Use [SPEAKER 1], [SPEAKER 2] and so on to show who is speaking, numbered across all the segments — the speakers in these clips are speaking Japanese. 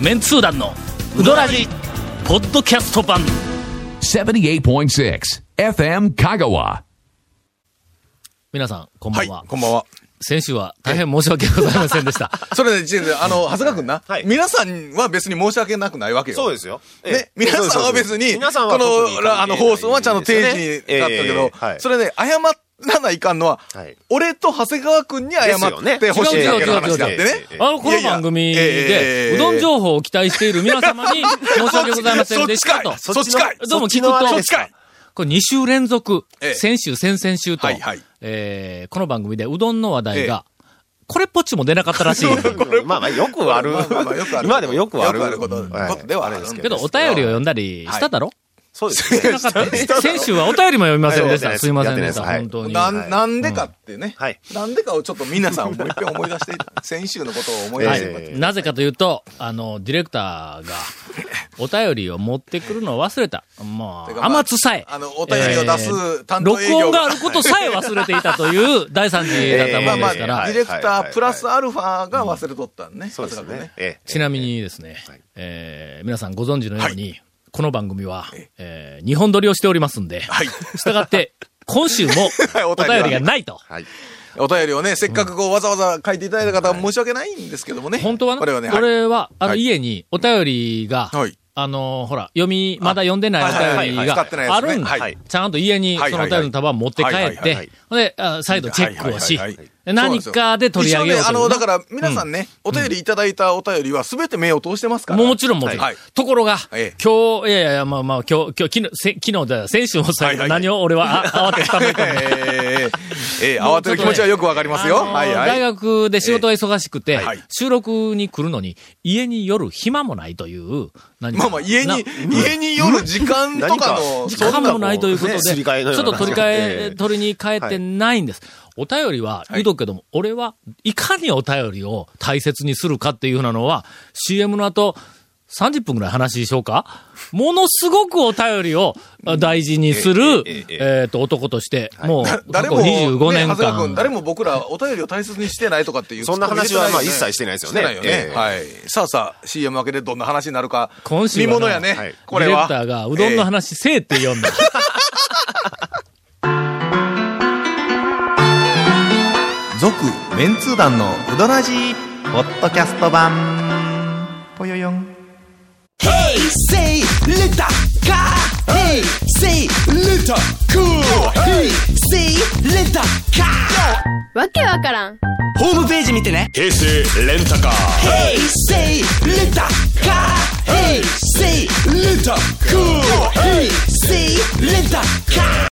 [SPEAKER 1] メンツー団のウドラジポッドキャスト版
[SPEAKER 2] 78.6 FM Kagawa.
[SPEAKER 1] 皆さんこんば
[SPEAKER 3] は
[SPEAKER 1] ん
[SPEAKER 3] い
[SPEAKER 1] は、、
[SPEAKER 3] こんばんは。
[SPEAKER 1] 先週は大変申し訳ございませんでした
[SPEAKER 3] それで、一年であの、長谷川くんな、
[SPEAKER 4] はい
[SPEAKER 3] 皆さんは別に申し訳なくないわけよ。
[SPEAKER 4] そうですよ。
[SPEAKER 3] ね、皆さんは別に、こ
[SPEAKER 4] 皆さんは特に関係ない
[SPEAKER 3] の、あの、放送はちゃんと定時にだったけど、
[SPEAKER 4] ええはい
[SPEAKER 3] それで、謝らないかんのは、
[SPEAKER 4] はい
[SPEAKER 3] 俺と長谷川くんに謝ってほしいだけの話だって
[SPEAKER 4] です
[SPEAKER 3] ね
[SPEAKER 4] よね違う違う違う違う。
[SPEAKER 1] あのこの番組で、うどん情報を期待している皆様に申し訳ございませんでしたと
[SPEAKER 3] そっちかい
[SPEAKER 1] どうも聞く
[SPEAKER 4] そっちのあれ
[SPEAKER 1] と
[SPEAKER 4] ですか
[SPEAKER 1] これ2週連続、
[SPEAKER 3] ええ
[SPEAKER 1] 先週、先々週と、
[SPEAKER 3] はいはい
[SPEAKER 1] えーこの番組でうどんの話題が、これっぽっちも出なかったらし いんですよ
[SPEAKER 4] まあまあ、よくある
[SPEAKER 3] まあまあまあよくあ。る
[SPEAKER 4] 今でもよくある。
[SPEAKER 3] よくあることことではあるんですけ
[SPEAKER 1] けど、お便りを読んだりしただろ、
[SPEAKER 4] そうですね。
[SPEAKER 1] なかった先週はお便りも読みませんでした。
[SPEAKER 4] はい
[SPEAKER 1] すいませんでし
[SPEAKER 4] やって
[SPEAKER 1] た、
[SPEAKER 4] ないです
[SPEAKER 1] 本当に。
[SPEAKER 3] な
[SPEAKER 1] は
[SPEAKER 3] ん、なんでかってね。
[SPEAKER 4] はい
[SPEAKER 3] なんでかをちょっと皆さんもう一回思い出して、先週のことを思い出して、
[SPEAKER 4] え
[SPEAKER 1] い。なぜかというと、あの、ディレクタ ーが、お便りを持ってくるのを忘れた。も
[SPEAKER 3] て
[SPEAKER 1] う、
[SPEAKER 3] かまあ
[SPEAKER 1] 天津さえ。
[SPEAKER 3] あのお便りを出す担当
[SPEAKER 1] 録
[SPEAKER 3] 営業
[SPEAKER 1] 音があることさえ忘れていたと いう大惨事だった
[SPEAKER 3] ま
[SPEAKER 1] も
[SPEAKER 3] あ
[SPEAKER 1] ん
[SPEAKER 3] ま
[SPEAKER 1] で
[SPEAKER 3] あ、
[SPEAKER 1] す
[SPEAKER 3] デ
[SPEAKER 1] か
[SPEAKER 3] ィ
[SPEAKER 1] ら。
[SPEAKER 3] レクタープラスアルファが忘れとったんね。
[SPEAKER 4] そうです
[SPEAKER 3] 長谷川
[SPEAKER 4] ね
[SPEAKER 3] 君。
[SPEAKER 4] ええ
[SPEAKER 1] ちなみにですね、えー皆さんご存知のように、この番組は、えー、日本撮りをしておりますんで、
[SPEAKER 3] はい。
[SPEAKER 1] 従って、今週も
[SPEAKER 3] お
[SPEAKER 1] お
[SPEAKER 3] 便りは
[SPEAKER 1] 便りがないと。
[SPEAKER 4] はい。
[SPEAKER 3] お便りをね、せっかくこうわざわざ書いていただいた方は申し訳ないんですけどもね。
[SPEAKER 1] 本当はね、
[SPEAKER 3] これはね、
[SPEAKER 1] こ
[SPEAKER 3] はい
[SPEAKER 1] れは、あの、
[SPEAKER 3] はい
[SPEAKER 1] 家にお便りが、
[SPEAKER 3] はい
[SPEAKER 1] あのーほら、読み、まだ読んでない
[SPEAKER 3] あはい
[SPEAKER 1] お
[SPEAKER 3] はい
[SPEAKER 1] 便
[SPEAKER 3] は
[SPEAKER 1] り
[SPEAKER 3] い使ってないや
[SPEAKER 1] があ
[SPEAKER 3] つね
[SPEAKER 1] るんだ
[SPEAKER 3] はい。
[SPEAKER 1] ちゃんと家に
[SPEAKER 3] はい
[SPEAKER 1] そのお便りの束を持って帰
[SPEAKER 3] はい
[SPEAKER 1] っ
[SPEAKER 3] はい
[SPEAKER 4] は
[SPEAKER 1] て
[SPEAKER 4] い、
[SPEAKER 1] ほんで、あ再度チェックをし
[SPEAKER 3] はいはいはいはい、
[SPEAKER 1] で何かで取り上げようと
[SPEAKER 3] 一応
[SPEAKER 1] い
[SPEAKER 3] ね、あ
[SPEAKER 1] う
[SPEAKER 3] の、
[SPEAKER 1] な
[SPEAKER 3] だから皆さんね、お便りいただいたお便りは全て目を通してますから。
[SPEAKER 1] もうもちろんもちろん。
[SPEAKER 3] はい
[SPEAKER 1] ところが、
[SPEAKER 3] ええ
[SPEAKER 1] 今日、いやいやいや、まあまあ、今日、今日、昨日せ、昨日じゃない先週もさ、
[SPEAKER 3] はいはいはい
[SPEAKER 1] 何を俺はあ慌てたのか。
[SPEAKER 3] ええええ慌てる気持ちはよくわかり ますよ。
[SPEAKER 1] あのー
[SPEAKER 3] はいはい。
[SPEAKER 1] 大学で仕事が忙しくて、
[SPEAKER 3] えはい
[SPEAKER 1] 収録に来るのに、家に夜暇もないという、何か
[SPEAKER 3] まあまあ、家
[SPEAKER 1] な
[SPEAKER 3] に、家による時間とかの、
[SPEAKER 1] 時
[SPEAKER 3] そん
[SPEAKER 1] 間
[SPEAKER 3] な
[SPEAKER 1] もないということで、
[SPEAKER 4] ねすり替え
[SPEAKER 1] ちょっ
[SPEAKER 4] のような
[SPEAKER 1] と取り替え、取りに変えてないんです。お便りは言うとくけども、俺はいかにお便りを大切にするかっていうふうなのは、CM の後、30分ぐらい話ししようかものすごくお便りを大事にする、
[SPEAKER 4] えええええ
[SPEAKER 1] えっと、男として、もう、過
[SPEAKER 3] 誰
[SPEAKER 1] 去
[SPEAKER 3] も、
[SPEAKER 1] 25
[SPEAKER 3] ね
[SPEAKER 1] 年
[SPEAKER 3] 長谷川
[SPEAKER 1] 間
[SPEAKER 3] 君、。誰も僕らお便りを大切にしてないとかっていう。
[SPEAKER 4] そんな話はまあ一切してないですよね
[SPEAKER 3] してないよね。
[SPEAKER 4] ええ
[SPEAKER 3] はい。さあさあ、CM 明けでどんな話になるか。
[SPEAKER 1] 今週は
[SPEAKER 3] 見
[SPEAKER 1] な
[SPEAKER 3] 物やね。
[SPEAKER 4] はい
[SPEAKER 3] こ
[SPEAKER 1] ディ
[SPEAKER 3] れ
[SPEAKER 1] レ
[SPEAKER 3] は。
[SPEAKER 1] クターがうどんの話せえって読んだ。
[SPEAKER 3] 続、メンツー団のうどらじ
[SPEAKER 5] ポッドキャスト版ぽよよん
[SPEAKER 6] Hey, say, little car. Hey, say, little cool. Hey, say, little car.
[SPEAKER 7] わけわからん
[SPEAKER 6] ホームページ見てね。
[SPEAKER 8] 平成レンタカー
[SPEAKER 6] Hey, say, little car. Hey, say, little cool. Hey, say, little car.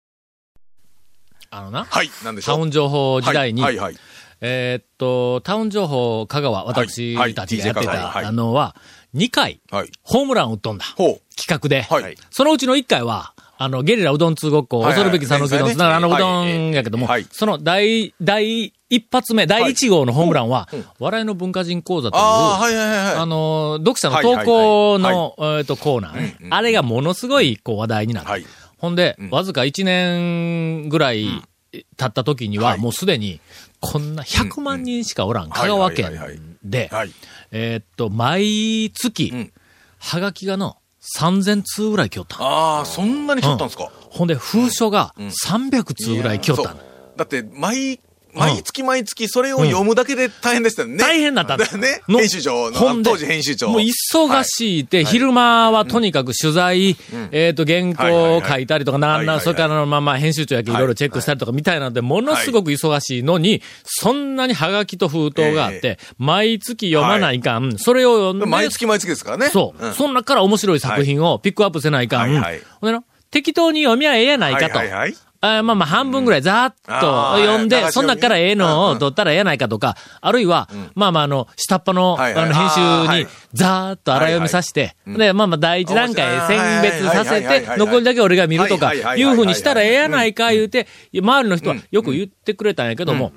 [SPEAKER 1] あのな、
[SPEAKER 3] はい。なんでし
[SPEAKER 1] タ
[SPEAKER 3] ょう。
[SPEAKER 1] ウン情報時代に、
[SPEAKER 3] はいはいはい。
[SPEAKER 1] えーっと、タウン情報香川、私
[SPEAKER 3] はい
[SPEAKER 1] たちがやって
[SPEAKER 3] DJ 香川はい
[SPEAKER 1] たのは、2回、
[SPEAKER 3] はい
[SPEAKER 1] ホームランを打っとんだ。
[SPEAKER 3] ほう。
[SPEAKER 1] 企画で、
[SPEAKER 3] はい
[SPEAKER 1] そのうちの1回は、あの、ゲリラうどん通ごっこ、
[SPEAKER 3] はいはい
[SPEAKER 1] 恐るべき讃岐うどん、
[SPEAKER 3] 連載ね
[SPEAKER 1] つながるあのうどんやけども、
[SPEAKER 3] はい
[SPEAKER 1] その第、第一発目、第一号のホームランは、笑いの文化人講座という、
[SPEAKER 3] ああ、はいはいはい
[SPEAKER 1] あ
[SPEAKER 3] はい。
[SPEAKER 1] の、読者の投稿
[SPEAKER 3] はいはい
[SPEAKER 1] の、えっと、コーナーね、あれがものすごい、こう、話題になった。
[SPEAKER 3] はい
[SPEAKER 1] ほんで、
[SPEAKER 3] ん
[SPEAKER 1] わずか1年ぐらい経った時には、
[SPEAKER 3] はい
[SPEAKER 1] もうすでに、こんな100万人しかおらん、
[SPEAKER 3] はいは
[SPEAKER 1] 香
[SPEAKER 3] い
[SPEAKER 1] 川
[SPEAKER 3] はいはい
[SPEAKER 1] 県で
[SPEAKER 3] はい、
[SPEAKER 1] えーっと、毎月、
[SPEAKER 3] ん
[SPEAKER 1] はがきがの、3000通ぐらい来よった。
[SPEAKER 3] ああ、そんなに来ったんですか。
[SPEAKER 1] ほんで、封書が300通ぐらい来よったの。
[SPEAKER 3] そうだって、毎、毎月毎月それを読むだけで大変でしたよね。
[SPEAKER 1] 大変だったんだ
[SPEAKER 3] よ ね。
[SPEAKER 1] の
[SPEAKER 3] 編集長の、
[SPEAKER 1] ほんで
[SPEAKER 3] 当時編集長。
[SPEAKER 1] もう忙しいて、昼間はとにかく取材、えっと、原稿を書いたりとか、なん
[SPEAKER 3] はいはい
[SPEAKER 1] な
[SPEAKER 3] は
[SPEAKER 1] ん、
[SPEAKER 3] い
[SPEAKER 1] それからのまあまあ編集長やけいろいろチェックしたりとかみたいなので、ものすごく忙しいのに、そんなにハガキと封筒があって、毎月読まないかん、それを読ん
[SPEAKER 3] 毎
[SPEAKER 1] で、
[SPEAKER 3] 月毎月ですからね。
[SPEAKER 1] そう、
[SPEAKER 3] ん
[SPEAKER 1] その中から面白い作品をピックアップせないかん、
[SPEAKER 3] はいはい
[SPEAKER 1] ほんでな適当に読みゃええやないかと。
[SPEAKER 3] はいはいはい
[SPEAKER 1] あまあまあ半分ぐらいざーっと読ん
[SPEAKER 3] あー
[SPEAKER 1] で、
[SPEAKER 3] はい
[SPEAKER 1] その中からええのを取ったらええやないかとか、あるいは、まあまああの、下っ端の,、
[SPEAKER 3] はいはい
[SPEAKER 1] あの
[SPEAKER 3] あーは
[SPEAKER 1] 編集
[SPEAKER 3] い
[SPEAKER 1] にざーっと荒読みさして、で、まあまあ第一段階選別させ
[SPEAKER 3] 面白いはいはいはいはい
[SPEAKER 1] て
[SPEAKER 3] は、い
[SPEAKER 1] 残りだけ俺が見るとか、
[SPEAKER 3] はいいはいはいは
[SPEAKER 1] う
[SPEAKER 3] い
[SPEAKER 1] ふうにしたらええやないか言うて、周りの人はよく言ってくれたんやけども、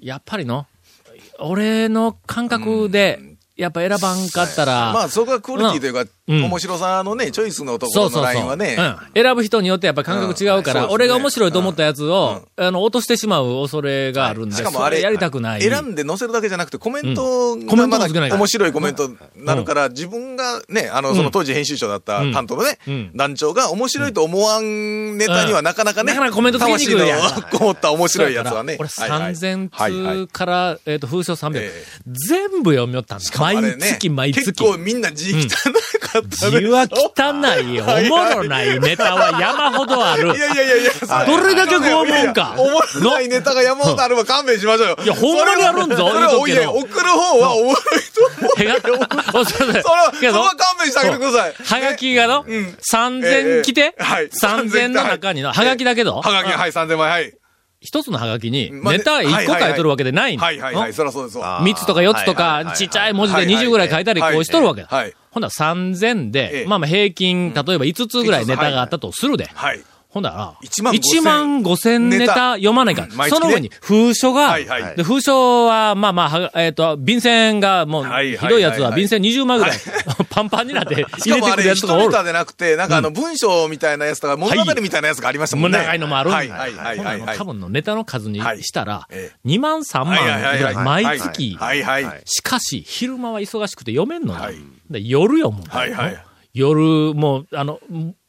[SPEAKER 1] やっぱりの、俺の感覚で、やっぱ選ばんかったら、
[SPEAKER 3] まあ、そこがクオリティというか、
[SPEAKER 1] うん
[SPEAKER 3] 面白さのね、チョイスのところのラインはね、
[SPEAKER 1] うん。選ぶ人によってやっぱ感覚違うから、
[SPEAKER 3] うんはい
[SPEAKER 1] 俺が面白いと思ったやつを、あの、落としてしまう恐れがあるんで、
[SPEAKER 3] しかもあ
[SPEAKER 1] そ
[SPEAKER 3] れ、
[SPEAKER 1] やりたくない。
[SPEAKER 3] 選んで載せるだけじゃなくて、コメント
[SPEAKER 1] コメ
[SPEAKER 3] が
[SPEAKER 1] ント
[SPEAKER 3] ま
[SPEAKER 1] もつけないか
[SPEAKER 3] だ
[SPEAKER 1] ら
[SPEAKER 3] 面白いコメントになるから、自分がね、あの、その当時編集長だった担当のね
[SPEAKER 1] うん、
[SPEAKER 3] 団長が面白いと思わんネタにはなかなかね、
[SPEAKER 1] うんなかなかコメントつけにくいやん
[SPEAKER 3] 魂のこもった面白いやつはね。
[SPEAKER 1] 俺
[SPEAKER 3] はいはい
[SPEAKER 1] 3000通から、えっと、風書300
[SPEAKER 3] ええ。
[SPEAKER 1] 全部読みよったんだ。
[SPEAKER 3] あれ
[SPEAKER 1] 毎
[SPEAKER 3] ね
[SPEAKER 1] 月毎
[SPEAKER 3] 結
[SPEAKER 1] 月。
[SPEAKER 3] 構みんな字汚かったね
[SPEAKER 1] 字は汚い、お
[SPEAKER 3] はい
[SPEAKER 1] もろないネタは山ほどある
[SPEAKER 3] い。やいやいやいや、そ
[SPEAKER 1] どれだけ拷問か
[SPEAKER 3] いやいやおもろないネタが山ほどあれば勘弁しましょうよ。
[SPEAKER 1] いやほんまにあるんぞ
[SPEAKER 3] それ
[SPEAKER 1] 言う
[SPEAKER 3] は
[SPEAKER 1] とくけど
[SPEAKER 3] いや送る方はおもろいと思う。
[SPEAKER 1] 手が、 おそうそう
[SPEAKER 3] それは、そ
[SPEAKER 1] け
[SPEAKER 3] れ
[SPEAKER 1] ど
[SPEAKER 3] は勘弁してあげてください。
[SPEAKER 1] はがきがの、
[SPEAKER 3] んえ
[SPEAKER 1] 3000
[SPEAKER 3] え
[SPEAKER 1] 来て、
[SPEAKER 3] はい
[SPEAKER 1] 3000の中にの、はがきだけど、
[SPEAKER 3] はがき、はい、3000枚、はい。
[SPEAKER 1] 一つのハガキに、
[SPEAKER 3] まあ
[SPEAKER 1] ネタ1個書いとるわけでないん
[SPEAKER 3] はいはいはい、そりゃそうですわ。
[SPEAKER 1] 3つとか4つと
[SPEAKER 4] はいはいはい
[SPEAKER 1] か
[SPEAKER 4] は、い
[SPEAKER 1] ちっちゃい文字で
[SPEAKER 3] はいはい
[SPEAKER 1] 20ぐらい書いたり、こうしとるわけだ
[SPEAKER 3] はいはい。
[SPEAKER 1] ほんなら3000
[SPEAKER 3] え
[SPEAKER 1] で
[SPEAKER 3] え、
[SPEAKER 1] まあまあ平均、例えば5つぐらいネタがあったとするで。
[SPEAKER 3] はい。
[SPEAKER 1] ほんなら、
[SPEAKER 3] 1万5000
[SPEAKER 1] 1万5000ネ
[SPEAKER 3] ネ
[SPEAKER 1] タ
[SPEAKER 3] タ
[SPEAKER 1] 読まないか
[SPEAKER 3] うん
[SPEAKER 1] ら。
[SPEAKER 3] 毎
[SPEAKER 1] そ
[SPEAKER 3] 月ね
[SPEAKER 1] の上に、封書が、
[SPEAKER 3] はいはい
[SPEAKER 1] で封書は、まあまあは、えっと、便箋がもう、
[SPEAKER 3] はいはい
[SPEAKER 1] ひどいやつは
[SPEAKER 3] はい
[SPEAKER 1] 便箋20枚ぐらい、パンパンになって
[SPEAKER 3] し
[SPEAKER 1] 入れ
[SPEAKER 3] かも
[SPEAKER 1] て
[SPEAKER 3] あ
[SPEAKER 1] く
[SPEAKER 3] れ、
[SPEAKER 1] るや
[SPEAKER 3] 一
[SPEAKER 1] つとかおる
[SPEAKER 3] 人。でなくて、なんかあの、文章みたいなやつとか、物語みたいなやつがありましたもんね。
[SPEAKER 1] はい長いのもあるんだ
[SPEAKER 3] はいはいはい
[SPEAKER 1] ほんなら
[SPEAKER 3] はい
[SPEAKER 1] も
[SPEAKER 3] は
[SPEAKER 1] う
[SPEAKER 3] い。
[SPEAKER 1] 多分のネタの数にしたら
[SPEAKER 3] はいえ、
[SPEAKER 1] 2万3万
[SPEAKER 3] はいはいはい
[SPEAKER 1] ぐらい、毎月、
[SPEAKER 3] はいはい。はい
[SPEAKER 1] しかし、昼間は忙しくて読めんのだ。
[SPEAKER 3] はい
[SPEAKER 1] で夜読むんだ、
[SPEAKER 3] はいはい
[SPEAKER 1] 夜、もう、あの、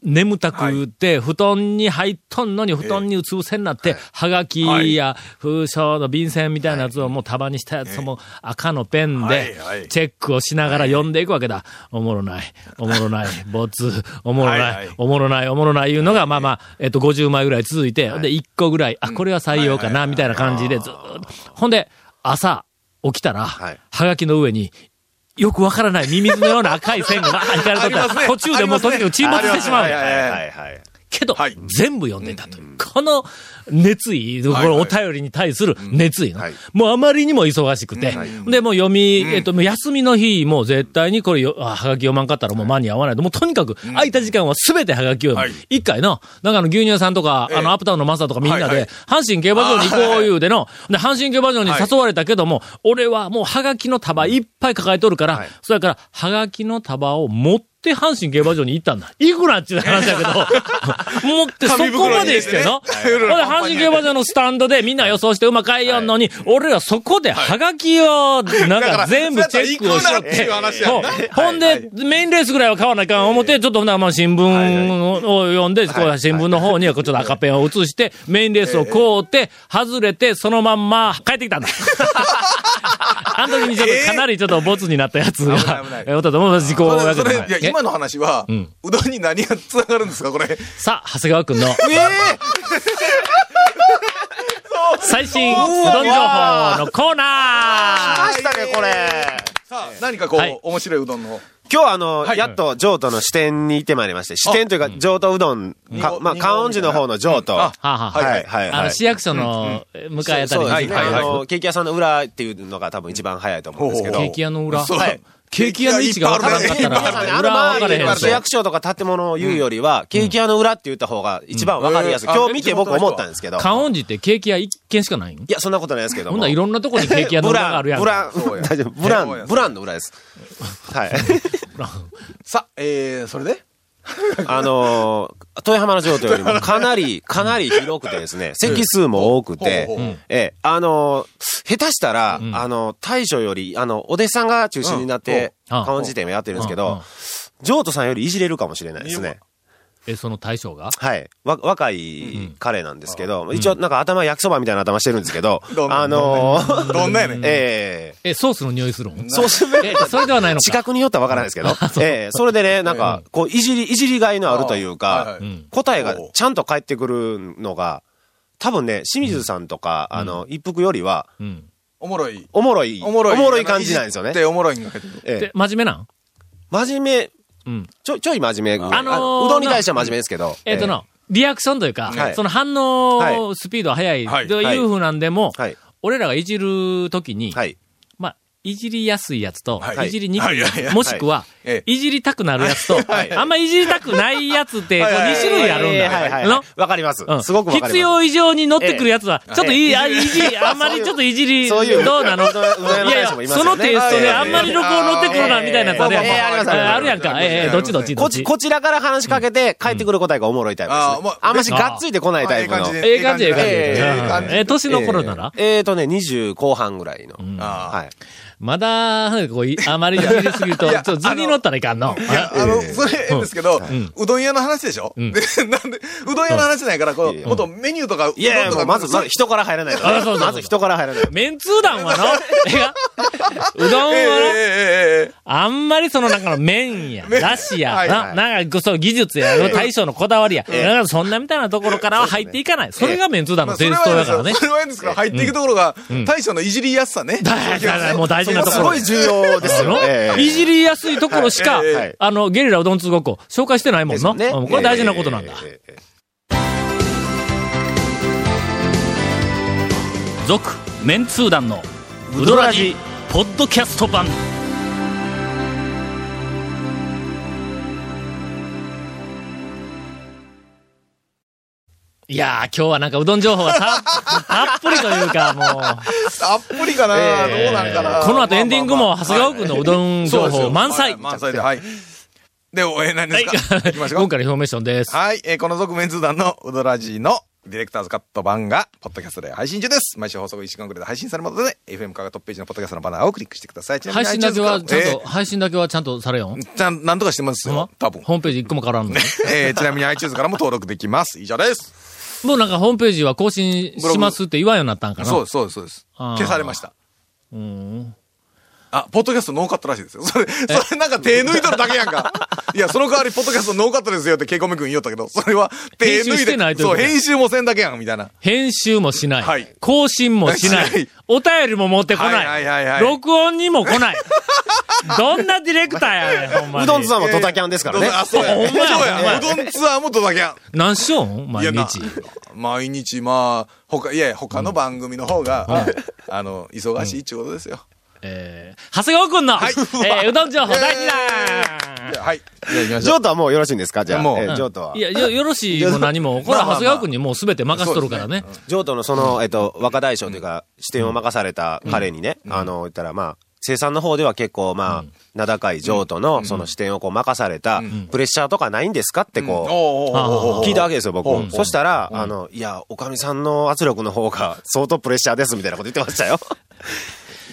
[SPEAKER 1] 眠たくて、布団に入っとんのに、布団にうつ伏せになって、はがきや風書の便箋みたいなやつをもう束にしたやつをもう赤のペンで
[SPEAKER 3] はいはい、
[SPEAKER 1] チェックをしながら読んでいくわけだ。おもろない、おもろ ない、没、おもろない、
[SPEAKER 3] はいはい
[SPEAKER 1] おもろない、おもろないいうのが、まあまあ、えっと、50枚ぐらい続いて、で、1個ぐらい、あ、これは採用かな、みたいな感じで、ずーっと。ほんで、朝、起きたら、
[SPEAKER 4] はい
[SPEAKER 1] はがきの上に、よくわからないミミズのような赤い線がわーってあるとっ
[SPEAKER 3] あり
[SPEAKER 1] た
[SPEAKER 3] ます
[SPEAKER 1] ら、
[SPEAKER 3] ね
[SPEAKER 1] 途中でもうとにかく沈没してしまうん
[SPEAKER 3] ありますねは
[SPEAKER 1] だ
[SPEAKER 3] いはいはい
[SPEAKER 4] はいはい。
[SPEAKER 1] けど
[SPEAKER 3] はい、
[SPEAKER 1] 全部読んでたという。この熱意、こ
[SPEAKER 3] はい
[SPEAKER 1] のお便りに対する熱意の
[SPEAKER 4] はい。
[SPEAKER 1] もうあまりにも忙しくて。で、もう読み、えっと、もう休みの日、もう絶対にこれよ、あはがき読まんかったらもう間に合わないと。もうとにかく、空いた時間は全てはがきを読む
[SPEAKER 3] はい。
[SPEAKER 1] 一回の、なんかあの牛乳屋さんとか、
[SPEAKER 3] え
[SPEAKER 1] あのアップタウンのマサとかみんな
[SPEAKER 3] はいは
[SPEAKER 1] で
[SPEAKER 3] い、
[SPEAKER 1] 阪神競馬場に行こう言うでの、で、阪神競馬場に誘われたけども、俺はもうはがきの束いっぱい抱えとるから、それから、はがきの束を持って、阪神競馬場に行ったんだ。いくらっちゅう話 だけど、持ってそこまでですけどな、ほんで阪
[SPEAKER 3] 紙袋に入れてね
[SPEAKER 1] 神競馬場のスタンドでみんな予想してうまかいよんのに、俺らそこでハガキを、なん
[SPEAKER 3] だか
[SPEAKER 1] から全部チェックをしろっ
[SPEAKER 3] そう
[SPEAKER 1] て
[SPEAKER 3] やったら行くなっていう話やんな
[SPEAKER 1] そうほんで、メインレースぐらいは買わなきゃ思って、ちょっとほんならまあ新聞を読んで、こう新聞の方にはこうちょっと赤ペンを移して、メインレースをこうって、外れて、そのまんま帰ってきたん だ。あの時にちょっとかなりちょっとボツになったやつが、
[SPEAKER 3] 危ない危ない
[SPEAKER 1] えおったと思う事故を
[SPEAKER 3] そ
[SPEAKER 1] やけ
[SPEAKER 3] れ、そ
[SPEAKER 1] ど
[SPEAKER 3] れ、いや、
[SPEAKER 1] え
[SPEAKER 3] 今の話は、うどんに何が繋がるんですか、これ。
[SPEAKER 1] さあ、長谷川くん の最新うどん情報のコーナー
[SPEAKER 4] ましたね、これ。
[SPEAKER 3] さあ、何かこ、
[SPEAKER 1] はいう
[SPEAKER 3] 面白いうどんの。
[SPEAKER 4] 今日はあの、
[SPEAKER 3] はい
[SPEAKER 4] やっと上都の支店に行ってまいりまして、支店というか上都うどん、かまあ、観音寺の方の上都。
[SPEAKER 3] あ
[SPEAKER 1] はあはあ
[SPEAKER 4] はいはい
[SPEAKER 1] あ
[SPEAKER 4] は
[SPEAKER 1] の、
[SPEAKER 4] い。
[SPEAKER 1] 市役所の向かいあた
[SPEAKER 4] そう
[SPEAKER 1] り
[SPEAKER 4] そうです
[SPEAKER 1] に。
[SPEAKER 4] ね。
[SPEAKER 1] はい
[SPEAKER 4] あ
[SPEAKER 1] はい
[SPEAKER 4] の、ケーキ屋さんの裏っていうのが多分一番早いと思うんですけど。
[SPEAKER 1] ケーキ屋の裏。
[SPEAKER 3] そう
[SPEAKER 1] はいケーキ屋の位置がわからんかった
[SPEAKER 3] いっぱいある
[SPEAKER 1] ら、
[SPEAKER 4] あ
[SPEAKER 1] 裏
[SPEAKER 4] の
[SPEAKER 1] は分かれ
[SPEAKER 4] 周
[SPEAKER 1] へ
[SPEAKER 4] り
[SPEAKER 1] ん
[SPEAKER 4] の
[SPEAKER 1] し
[SPEAKER 4] 市。役所とか建物を言うよりは、ケーキ屋の裏って言った方が一番わかりやすい。
[SPEAKER 3] うん
[SPEAKER 4] 今日見て僕思ったんですけど。
[SPEAKER 1] 観音寺ってケーキ屋一軒しかないん
[SPEAKER 4] いや、そんなことないですけど
[SPEAKER 1] ほん
[SPEAKER 4] も。
[SPEAKER 1] ならいろんなとこにケーキ屋の裏があるやん
[SPEAKER 4] ブラ
[SPEAKER 1] か。
[SPEAKER 4] ン、
[SPEAKER 3] そう
[SPEAKER 4] ブラ
[SPEAKER 3] や
[SPEAKER 4] ン、大丈夫。ブラ
[SPEAKER 3] そうや
[SPEAKER 4] ン、ブランの裏です。はい。
[SPEAKER 3] さあ、えー、それで
[SPEAKER 4] あのー、豊浜の城とよりもかなり、かなり広くてですね、席数も多くて
[SPEAKER 3] ほうほうほう、
[SPEAKER 4] ええ、あのー、下手したら、
[SPEAKER 1] ん
[SPEAKER 4] あの、大将より、あの、お弟子さんが中心になって、
[SPEAKER 1] うんほう
[SPEAKER 4] 観音寺店をやってるんですけ
[SPEAKER 1] うんうん
[SPEAKER 4] ど、城都さんよりいじれるかもしれないですね。
[SPEAKER 1] え、その大将が
[SPEAKER 4] はい。わ、若い彼なんですけど、一応なんか頭焼きそばみたいな頭してるんですけど、
[SPEAKER 3] どん
[SPEAKER 4] あのー、
[SPEAKER 3] どんなやねん。
[SPEAKER 4] ええ
[SPEAKER 1] え、ソースの匂いするん
[SPEAKER 4] そうす
[SPEAKER 1] え、それでは ないの
[SPEAKER 4] 近
[SPEAKER 1] か。
[SPEAKER 4] くによってはわからないですけ ど、ええそれでね、なんか、こう、いじり、いじりがいのあるという
[SPEAKER 3] ああ
[SPEAKER 4] か
[SPEAKER 3] はいは
[SPEAKER 1] ん、
[SPEAKER 4] 答えがちゃんと返ってくるのが、多分ね、清水さんとか、あの、一服よりは、
[SPEAKER 1] うん。
[SPEAKER 3] おもろい。
[SPEAKER 4] おもろい、
[SPEAKER 3] おもろい。
[SPEAKER 4] 感じなんですよね
[SPEAKER 3] で、。おもろいんだけど。
[SPEAKER 4] え
[SPEAKER 1] で
[SPEAKER 4] え、
[SPEAKER 1] 真面目なん
[SPEAKER 4] 真面目、
[SPEAKER 1] うん。
[SPEAKER 4] ちょ、ちょい真面目。
[SPEAKER 1] あのー
[SPEAKER 4] うどんに対しては真面目ですけど。
[SPEAKER 1] えっとの、リアクションというか
[SPEAKER 4] は、い
[SPEAKER 1] その反応スピードは速い
[SPEAKER 3] はい
[SPEAKER 1] というふうなんでも
[SPEAKER 4] はい、
[SPEAKER 1] 俺らがいじるときに、
[SPEAKER 4] はい。
[SPEAKER 1] まあ、いじりやすいやつと、
[SPEAKER 3] はい
[SPEAKER 1] い、じりにくいや
[SPEAKER 3] はいはい
[SPEAKER 1] つ、
[SPEAKER 3] はい
[SPEAKER 1] もしくは、
[SPEAKER 3] え
[SPEAKER 1] いじりたくなるやつと、
[SPEAKER 3] はい
[SPEAKER 1] あんまいじりたくないやつって、こう
[SPEAKER 3] はいはい
[SPEAKER 1] 2種類あるんだよ。
[SPEAKER 4] はいはい
[SPEAKER 1] の
[SPEAKER 4] はい。わかります
[SPEAKER 1] う。ん
[SPEAKER 4] すごくわかります。
[SPEAKER 1] 必要以上に乗ってくるやつは、ちょっといい、あ、 いじり、あんまりちょっといじり、ど
[SPEAKER 4] そうういう
[SPEAKER 1] なの
[SPEAKER 4] うどん屋の
[SPEAKER 1] いやい
[SPEAKER 4] 大将も
[SPEAKER 1] や、
[SPEAKER 4] いますよね
[SPEAKER 1] そのテイストで
[SPEAKER 4] はい
[SPEAKER 1] あんまり旅行乗ってくるな、みたいなやつあるやん
[SPEAKER 4] ええええあります
[SPEAKER 1] か。
[SPEAKER 4] あります
[SPEAKER 1] あるやんか。ええええ、どっちどっちど
[SPEAKER 4] こ
[SPEAKER 1] っち。
[SPEAKER 4] こちらから話しかけて、帰ってくる答えがおもろいタイプです
[SPEAKER 3] あー
[SPEAKER 4] ね
[SPEAKER 3] ま。あ
[SPEAKER 4] あんましがっついてこないタイプ
[SPEAKER 3] あ
[SPEAKER 4] の
[SPEAKER 3] ええ感じ。で
[SPEAKER 1] ええ感じ、ええ感じ。
[SPEAKER 4] ええ
[SPEAKER 3] 感じ
[SPEAKER 1] ええ、年の頃なら
[SPEAKER 4] えーとね、20後半ぐらいの。
[SPEAKER 3] あー
[SPEAKER 4] はい。
[SPEAKER 1] まだ、こういあまりいじりすぎると、
[SPEAKER 3] い
[SPEAKER 1] ちょ
[SPEAKER 3] や
[SPEAKER 1] っと図に乗ったらいかんの。
[SPEAKER 3] あの、それ、ですけど、うどん屋の話でしょで、なんで、うどん屋の話ないから、こう、もっとメニューとか、うどん
[SPEAKER 4] いやいや、
[SPEAKER 3] と
[SPEAKER 4] も
[SPEAKER 3] か、
[SPEAKER 4] うまず、まず人から入らないと
[SPEAKER 1] あそうそうそう
[SPEAKER 4] まず人から入らない。
[SPEAKER 1] メンツー団はの、えがうどん
[SPEAKER 3] えええ
[SPEAKER 1] はの、
[SPEAKER 3] えええ
[SPEAKER 1] あんまりその中の麺や、
[SPEAKER 3] 麺
[SPEAKER 1] だしや、
[SPEAKER 3] はい
[SPEAKER 1] な、なんかそう技術や、大将のこだわりや、なんかそんなみたいなところからは入っていかない。それがメンツー団
[SPEAKER 3] ま
[SPEAKER 1] の
[SPEAKER 3] あそれ
[SPEAKER 1] テイ
[SPEAKER 3] は
[SPEAKER 1] ストだからね
[SPEAKER 3] ですよ。それはいいんですけど、入っていくところが、大将のいじりやすさね。
[SPEAKER 1] だだだもう大事なとこ
[SPEAKER 4] す
[SPEAKER 1] ろ
[SPEAKER 4] ご。い重要ですよ。え
[SPEAKER 1] の
[SPEAKER 4] え
[SPEAKER 1] いじりやすいところしか
[SPEAKER 3] はい
[SPEAKER 4] はい、
[SPEAKER 1] あの、ゲリラうどん通ごっこ、紹介してないもん
[SPEAKER 4] ですよ
[SPEAKER 1] な。
[SPEAKER 4] ね
[SPEAKER 1] うんこれ大事なことなんだ。
[SPEAKER 4] ええ
[SPEAKER 1] 続、メンツー団の、ウドラジ、ポッドキャスト版。いやー、今日はなんかうどん情報がたたっぷりという か、もう。
[SPEAKER 3] たっぷりかな、どうなんかな。
[SPEAKER 1] この後エンディング
[SPEAKER 3] ま
[SPEAKER 1] も、
[SPEAKER 3] あまあ
[SPEAKER 1] 長谷川君のうどん情報満載。
[SPEAKER 3] はい満載で、はい。で、おえ、何ですか
[SPEAKER 1] は
[SPEAKER 3] 行
[SPEAKER 1] い。
[SPEAKER 3] きましょう
[SPEAKER 1] 今
[SPEAKER 3] か。
[SPEAKER 1] 回の表明書です。
[SPEAKER 3] はい。えー、この続面通談のうどらじのディレクターズカット版が、ポッドキャストで配信中です。毎週放送後1時間くらいで配信されますので、FM カがトップページのポッドキャストのバナーをクリックしてください。ちなみに
[SPEAKER 1] 配信だけは、ち
[SPEAKER 3] iTunes
[SPEAKER 1] ゃん
[SPEAKER 3] から
[SPEAKER 1] と、配信だけはちゃんとされよん
[SPEAKER 3] え。ーちゃん、なんとかしてます
[SPEAKER 1] ほんま
[SPEAKER 3] よ。多分。
[SPEAKER 1] ホームページ一個も変わらんの。
[SPEAKER 3] えー、ちなみに iTunes からも登録できます。以上です。
[SPEAKER 1] もうなんかホームページは更新しますって言わんようになったんかな。
[SPEAKER 3] そうです、そうです、そうです。
[SPEAKER 1] あー
[SPEAKER 3] 消されました。あ、ポッドキャストノーカットらしいですよ。それ、それなんか手抜いとるだけや んか。いや、その代わりポッドキャストノーカットですよってケイコメ君言おったけど、それは
[SPEAKER 1] 編
[SPEAKER 3] 手
[SPEAKER 1] 集
[SPEAKER 3] 抜
[SPEAKER 1] し
[SPEAKER 3] い
[SPEAKER 1] てない
[SPEAKER 3] で、
[SPEAKER 1] というこ
[SPEAKER 3] そう、
[SPEAKER 1] と
[SPEAKER 3] 編集もせんだけやん、みたいな。
[SPEAKER 1] 編集もしない。
[SPEAKER 3] はい
[SPEAKER 1] 更新もしない。
[SPEAKER 3] しない
[SPEAKER 1] お便りも持ってこない。
[SPEAKER 3] はいはいはいはい
[SPEAKER 1] 録音にも来 ない。どんなディレクターやねん、ほんまに。
[SPEAKER 4] うどんつさんもドタキャンですからね
[SPEAKER 3] うど。んあ、そうや。
[SPEAKER 1] ほんまや
[SPEAKER 3] そ
[SPEAKER 1] ほ
[SPEAKER 3] う
[SPEAKER 1] んまや
[SPEAKER 3] や。うどんツアーもドタキャン。
[SPEAKER 1] 何しよん
[SPEAKER 3] い
[SPEAKER 1] 毎
[SPEAKER 3] やな
[SPEAKER 1] 日。
[SPEAKER 3] 毎日、まあ、他、いやいや、他の番組の方が、あの、忙しいってことですよ。
[SPEAKER 1] えー、長谷川くんの、
[SPEAKER 3] はい
[SPEAKER 1] えーうどん情報第2弾
[SPEAKER 3] いやはい。じゃあ行きまし
[SPEAKER 4] ジ
[SPEAKER 3] ょ
[SPEAKER 4] ョ
[SPEAKER 3] う。
[SPEAKER 4] ートはもうよろしいんですかじゃあ。
[SPEAKER 3] もう
[SPEAKER 4] ええジョートは。
[SPEAKER 1] いや、よ、よろしいも何も、これは長谷川君にもうすべて任しとるからね。
[SPEAKER 4] 譲渡のその、えっと、若大将というか、視点を任された彼にね、あの、言ったらまあ、生産の方では結構まあ、名高い譲渡のその視点をこう任された、プレッシャーとかないんですかってこ
[SPEAKER 3] おーおーおー
[SPEAKER 4] う、
[SPEAKER 3] おー
[SPEAKER 4] 聞いたわけですよ、僕
[SPEAKER 3] う。ん
[SPEAKER 4] そしたら、あの、いや、おかみさんの圧力の方が相当プレッシャーですみたいなこと言ってまし たよ。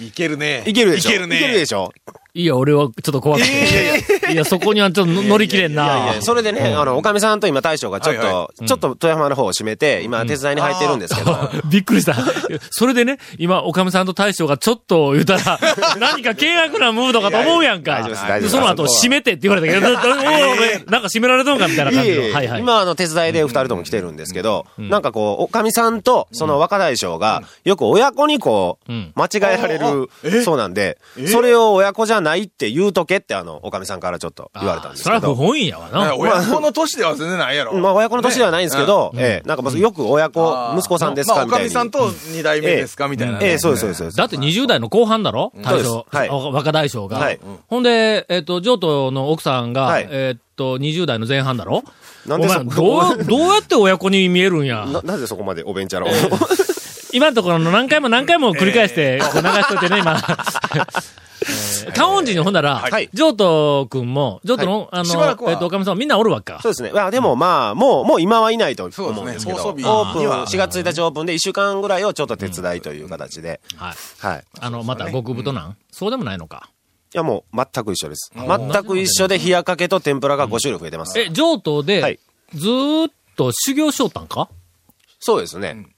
[SPEAKER 3] いけるね。
[SPEAKER 4] いけるでしょ
[SPEAKER 3] いけるね。
[SPEAKER 4] いけるでしょ
[SPEAKER 1] いや、俺はちょっと怖くて。いや、そこにはちょっと乗り切れん
[SPEAKER 4] いやい
[SPEAKER 1] な
[SPEAKER 4] や、。それでね、あの、おかみさんと今大将がちょっ
[SPEAKER 3] はい
[SPEAKER 4] と、ちょっと富山の方を閉めて、今手伝いに入ってるんですけど、
[SPEAKER 1] びっくりした。それでね、今、おかみさんと大将がちょっと言うた ら、何か険悪なムードかと思うやん
[SPEAKER 4] い
[SPEAKER 1] か
[SPEAKER 4] やいや大丈夫です大丈夫で。す
[SPEAKER 1] その後、閉めてって言われたけど、おいなんか閉められたんかみたいな感
[SPEAKER 4] い
[SPEAKER 1] じ
[SPEAKER 4] えい
[SPEAKER 1] の。
[SPEAKER 4] え
[SPEAKER 1] はいはい。
[SPEAKER 4] 今、あの、手伝いで二人とも来てるんですけど、なんかこう、おかみさんと、その若大将が、よく親子にこう、
[SPEAKER 1] ん
[SPEAKER 4] 間違えられる、そうなんで、それを親子じゃないって言うとけって、あの、おかみさんからちょっと言われたんです
[SPEAKER 1] そ
[SPEAKER 4] け
[SPEAKER 1] れは不
[SPEAKER 4] ど。
[SPEAKER 1] 本意やわ
[SPEAKER 3] いや
[SPEAKER 1] な。
[SPEAKER 3] 親子の年では全然ないやろ。
[SPEAKER 4] まあ、親子の年ではないんですけど、ええ、なんかまあ、よく親子
[SPEAKER 3] あ、ー
[SPEAKER 4] 息子さんですかみ
[SPEAKER 3] まあ、お
[SPEAKER 4] た
[SPEAKER 3] か
[SPEAKER 4] い
[SPEAKER 3] み
[SPEAKER 4] に。
[SPEAKER 3] さんと二代目ですかみたいなね。
[SPEAKER 4] ええ、そうです、そうですそうです。
[SPEAKER 1] だって20代の後半だろ
[SPEAKER 4] そう
[SPEAKER 1] 大
[SPEAKER 4] です
[SPEAKER 1] 将、
[SPEAKER 4] はい
[SPEAKER 1] お若大将が。
[SPEAKER 4] はい
[SPEAKER 1] ほんで、えっ、と、上都の奥さんが、
[SPEAKER 4] はい
[SPEAKER 1] えっ、と、20代の前半だろ
[SPEAKER 4] なんでそ
[SPEAKER 1] お前どう、どうやって親子に見えるんや。
[SPEAKER 4] な、なぜそこまでおべんちゃらを。
[SPEAKER 1] 今のところの何回も何回も繰り返して、こう流しといてね、 今。観音寺にほんなら
[SPEAKER 4] はい、
[SPEAKER 1] 上都くんも、上都の、あ
[SPEAKER 3] しばらく
[SPEAKER 1] の、
[SPEAKER 3] は
[SPEAKER 1] えっと、おかみさんみんなおるわっか。
[SPEAKER 4] そうですね。まあでもまあ、もう、もう今はいないと思うんですけど。
[SPEAKER 3] そうですね
[SPEAKER 4] オ
[SPEAKER 3] 放
[SPEAKER 4] ー
[SPEAKER 3] 送
[SPEAKER 4] プ
[SPEAKER 3] 日に
[SPEAKER 4] ン、
[SPEAKER 3] は
[SPEAKER 4] 4月1日オープンで1週間ぐらいをちょっと手伝いという形で。
[SPEAKER 1] はい。
[SPEAKER 4] はい。
[SPEAKER 1] あの、また極太なんそうでもないのか。
[SPEAKER 4] いや、もう全く一緒です。全く一緒で、冷やかけと天ぷらが5種類増えてます。
[SPEAKER 1] え、上都
[SPEAKER 4] は
[SPEAKER 1] で
[SPEAKER 4] い、
[SPEAKER 1] ずーっと修行しよったんか
[SPEAKER 4] そうですね。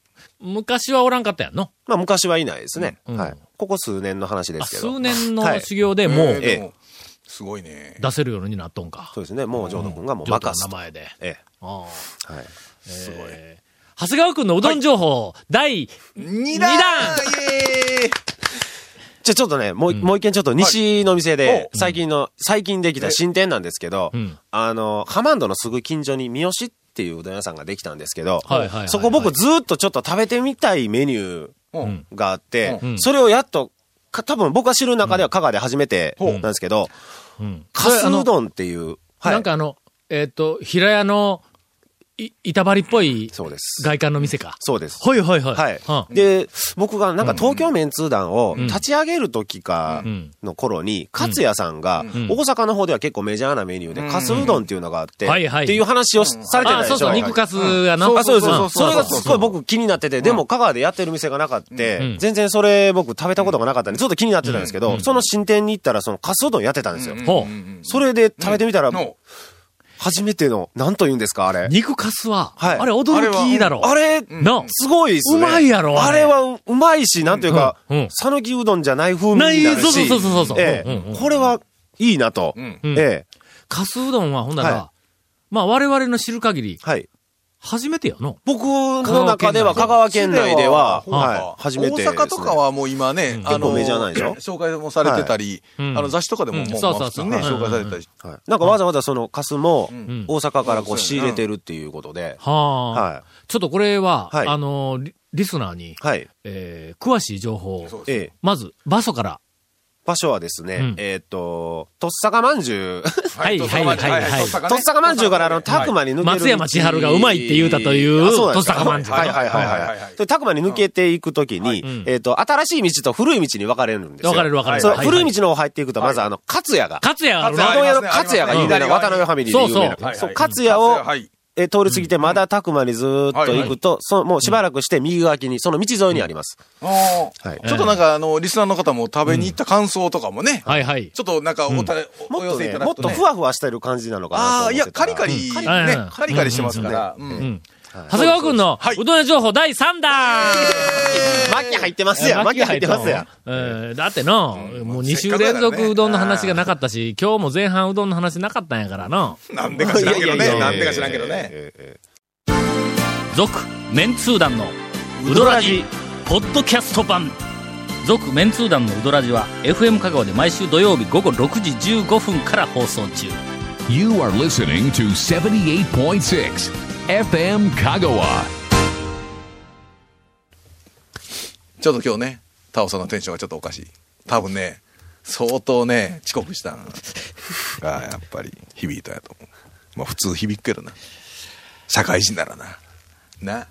[SPEAKER 1] 昔はおらんかったやんの
[SPEAKER 4] まあ、昔はいないですね。
[SPEAKER 1] うん
[SPEAKER 4] はい。ここ数年の話で
[SPEAKER 1] あ
[SPEAKER 4] すけど。
[SPEAKER 1] 数年
[SPEAKER 4] は
[SPEAKER 1] の
[SPEAKER 4] い
[SPEAKER 1] 修行で
[SPEAKER 3] ええ
[SPEAKER 1] もう
[SPEAKER 4] ええ
[SPEAKER 3] でもすごいね。
[SPEAKER 1] 出せるようになっとんか。
[SPEAKER 4] そうですね。もう、ジョード君がもう
[SPEAKER 1] 上都
[SPEAKER 4] 任
[SPEAKER 1] の
[SPEAKER 4] す
[SPEAKER 1] 名
[SPEAKER 4] と。
[SPEAKER 1] 前で。
[SPEAKER 4] え
[SPEAKER 1] あ
[SPEAKER 4] え。はい。
[SPEAKER 1] あ。すごい。長谷川くんのうどん情報、第
[SPEAKER 3] 二
[SPEAKER 1] 段
[SPEAKER 3] イエーイ
[SPEAKER 4] じゃあちょっとね、もう、もう一件ちょっと西の店
[SPEAKER 3] は
[SPEAKER 4] で
[SPEAKER 3] い、
[SPEAKER 4] 最近の、最近できた新店なんですけど
[SPEAKER 1] うん、
[SPEAKER 4] あの、ハマンドのすぐ近所に三好っていううどん屋さんができたんですけど
[SPEAKER 1] はいはいはいはい、
[SPEAKER 4] そこ僕ずっとちょっと食べてみたいメニュー
[SPEAKER 3] うん
[SPEAKER 4] があって
[SPEAKER 1] うん、
[SPEAKER 4] それをやっとか多分僕が知る中では香川で初めてなんですけど、かすうどんっていう、はい
[SPEAKER 1] なんかあの、えっ、と、平屋の、い、板張りっぽい、
[SPEAKER 4] そうです
[SPEAKER 1] 外観の店か。
[SPEAKER 4] そうです。
[SPEAKER 1] はいはいはい。
[SPEAKER 4] はい
[SPEAKER 1] は。
[SPEAKER 4] で、僕がなんか東京メンツー団を立ち上げる時か
[SPEAKER 1] ん
[SPEAKER 4] の頃に、勝也さんが
[SPEAKER 1] ん
[SPEAKER 4] 大阪の方では結構メジャーなメニューで、カスうどんっていうのがあって、
[SPEAKER 1] はいはい
[SPEAKER 4] っていう話をしされてた
[SPEAKER 1] あ、
[SPEAKER 4] でし
[SPEAKER 1] そ
[SPEAKER 4] ょ。
[SPEAKER 1] うそう、肉かすやな。
[SPEAKER 4] あ、そうです。そうですそれ
[SPEAKER 1] ん
[SPEAKER 4] がすごい僕気になってて、でも香川でやってる店がなかった、
[SPEAKER 1] ん
[SPEAKER 4] 全然それ僕食べたことがなかったんで、ちょっと気になってたんですけど、その新店に行ったらそのカスうどんやってたんですよ。
[SPEAKER 1] ほう。
[SPEAKER 4] それで食べてみたら、
[SPEAKER 3] の、
[SPEAKER 4] 初めての、なんと言うんですか、あれ。
[SPEAKER 1] 肉かすは、
[SPEAKER 4] はい
[SPEAKER 1] あれ驚きだろ。
[SPEAKER 4] あれ、
[SPEAKER 1] なあ
[SPEAKER 4] すごいっすね。
[SPEAKER 1] うまいやろあ
[SPEAKER 4] あ
[SPEAKER 1] れ
[SPEAKER 4] れはううまいし、なんというか
[SPEAKER 1] うんうん、
[SPEAKER 4] 讃岐うどんじゃない風味になるし。
[SPEAKER 1] ないそうそうそうそうそう
[SPEAKER 4] ええ
[SPEAKER 1] うんうんうん
[SPEAKER 4] これはいいなと。
[SPEAKER 3] ん
[SPEAKER 1] うん
[SPEAKER 4] ええ
[SPEAKER 1] かすうどんはほんなら、
[SPEAKER 4] は
[SPEAKER 1] まあ我々の知る限り、
[SPEAKER 4] はい。
[SPEAKER 1] 初めてやの。
[SPEAKER 4] 僕の中では
[SPEAKER 1] 香
[SPEAKER 4] 香
[SPEAKER 1] 川
[SPEAKER 4] 川県内では、はい、初めてです
[SPEAKER 3] 大
[SPEAKER 4] ね。
[SPEAKER 3] 阪とかはもう今ね、あの、
[SPEAKER 4] メジャーなんでしょ
[SPEAKER 3] 紹介もされてたり、あ
[SPEAKER 1] はいうん
[SPEAKER 3] の、雑誌とかでも
[SPEAKER 1] うん
[SPEAKER 3] もう、
[SPEAKER 1] そう
[SPEAKER 3] ま
[SPEAKER 1] そ
[SPEAKER 3] あ
[SPEAKER 1] う
[SPEAKER 3] 普通
[SPEAKER 1] そう
[SPEAKER 3] にね、
[SPEAKER 1] うん
[SPEAKER 3] 紹介されてたり。
[SPEAKER 4] はいなんかわざわざそのカスも
[SPEAKER 1] ん
[SPEAKER 4] 大阪からこ
[SPEAKER 3] うん
[SPEAKER 4] う仕入れてるっていうことで、
[SPEAKER 1] はあ、
[SPEAKER 4] はい
[SPEAKER 1] ちょっとこれは、
[SPEAKER 4] はい
[SPEAKER 1] あのリ、リスナーに、
[SPEAKER 4] はい。
[SPEAKER 1] えー詳しい情報を、
[SPEAKER 3] そう
[SPEAKER 4] ええ
[SPEAKER 1] まず、場所から。
[SPEAKER 4] 場所はですね、
[SPEAKER 1] うん
[SPEAKER 4] えーっと、とっさかまんじゅう。
[SPEAKER 1] はいはいはいはいはい
[SPEAKER 4] とっさかまんじゅうからあの、たくまに抜ける道。
[SPEAKER 1] 松山千春がうまいって言うたという
[SPEAKER 4] あそう
[SPEAKER 1] と
[SPEAKER 4] なんで
[SPEAKER 1] っ
[SPEAKER 4] すか
[SPEAKER 1] さかまんじゅう
[SPEAKER 4] はいはいはい
[SPEAKER 3] はいは
[SPEAKER 4] はいい
[SPEAKER 3] は
[SPEAKER 4] はいい。で、たくまに抜けていくときに、
[SPEAKER 1] うん
[SPEAKER 4] えっ、と、新しい道と古い道に分かれるんですよ。
[SPEAKER 1] 分かれる分かれる
[SPEAKER 4] そう
[SPEAKER 1] はいはい
[SPEAKER 4] 古い道の方入っていくと、まずあの、勝也が。
[SPEAKER 1] 勝也があるな
[SPEAKER 4] うどん屋の勝也が有名な、渡辺ファミリーで有名
[SPEAKER 1] そ
[SPEAKER 4] な。
[SPEAKER 1] う
[SPEAKER 3] そう
[SPEAKER 4] そう勝也を、
[SPEAKER 3] はい。
[SPEAKER 4] えー通り過ぎて、まだたくまにずーっと行くと、そのもうしばらくして右側に、その道沿いにあります。
[SPEAKER 3] あー
[SPEAKER 4] はい
[SPEAKER 3] ちょっとなんか、あの、リスナーの方も食べに行った感想とかもね、
[SPEAKER 1] はいはい。
[SPEAKER 3] ちょっとなんかおたれ、お
[SPEAKER 4] もっ
[SPEAKER 3] 寄
[SPEAKER 4] と
[SPEAKER 3] せい
[SPEAKER 4] ね、
[SPEAKER 3] た
[SPEAKER 4] も
[SPEAKER 3] だ
[SPEAKER 4] っ
[SPEAKER 3] くと
[SPEAKER 4] と
[SPEAKER 3] ね
[SPEAKER 4] ふ。わふわしてる感じなのかなと
[SPEAKER 3] あ
[SPEAKER 4] 思っ
[SPEAKER 3] あ、い
[SPEAKER 4] てた
[SPEAKER 3] や、
[SPEAKER 4] ら。
[SPEAKER 3] カリカリ、
[SPEAKER 4] うん
[SPEAKER 1] カリ
[SPEAKER 3] ね、カリカリしてますから。うん
[SPEAKER 1] うん。長谷川くんの
[SPEAKER 3] はい、
[SPEAKER 1] うどん屋情報第3弾
[SPEAKER 4] 巻き入ってますやん、巻き入ってますやん。
[SPEAKER 1] えーだっての、もう2週連
[SPEAKER 3] せっかくだからね
[SPEAKER 1] 続うどんの話がなかったし、今日も前半うどんの話なかったんやからの。
[SPEAKER 3] なんでか知らんけど
[SPEAKER 4] いやいや
[SPEAKER 3] ね。
[SPEAKER 4] いや
[SPEAKER 3] なんでか知らんけどね。
[SPEAKER 1] 続、メンツー団の、うどらじ、ポッドキャスト版。続、メンツー団のうどらじは、FM 香川で毎週土曜日午後6時15分から放送中。
[SPEAKER 2] You are listening to 78.6 FM Kagawa.
[SPEAKER 3] ちょっと今日ね、タオさんのテンションがちょっとおかしい。多分ね、相当ね、遅刻したんが、やっぱり響いたやと思う。まあ普通響くけどな。社会人ならな。な。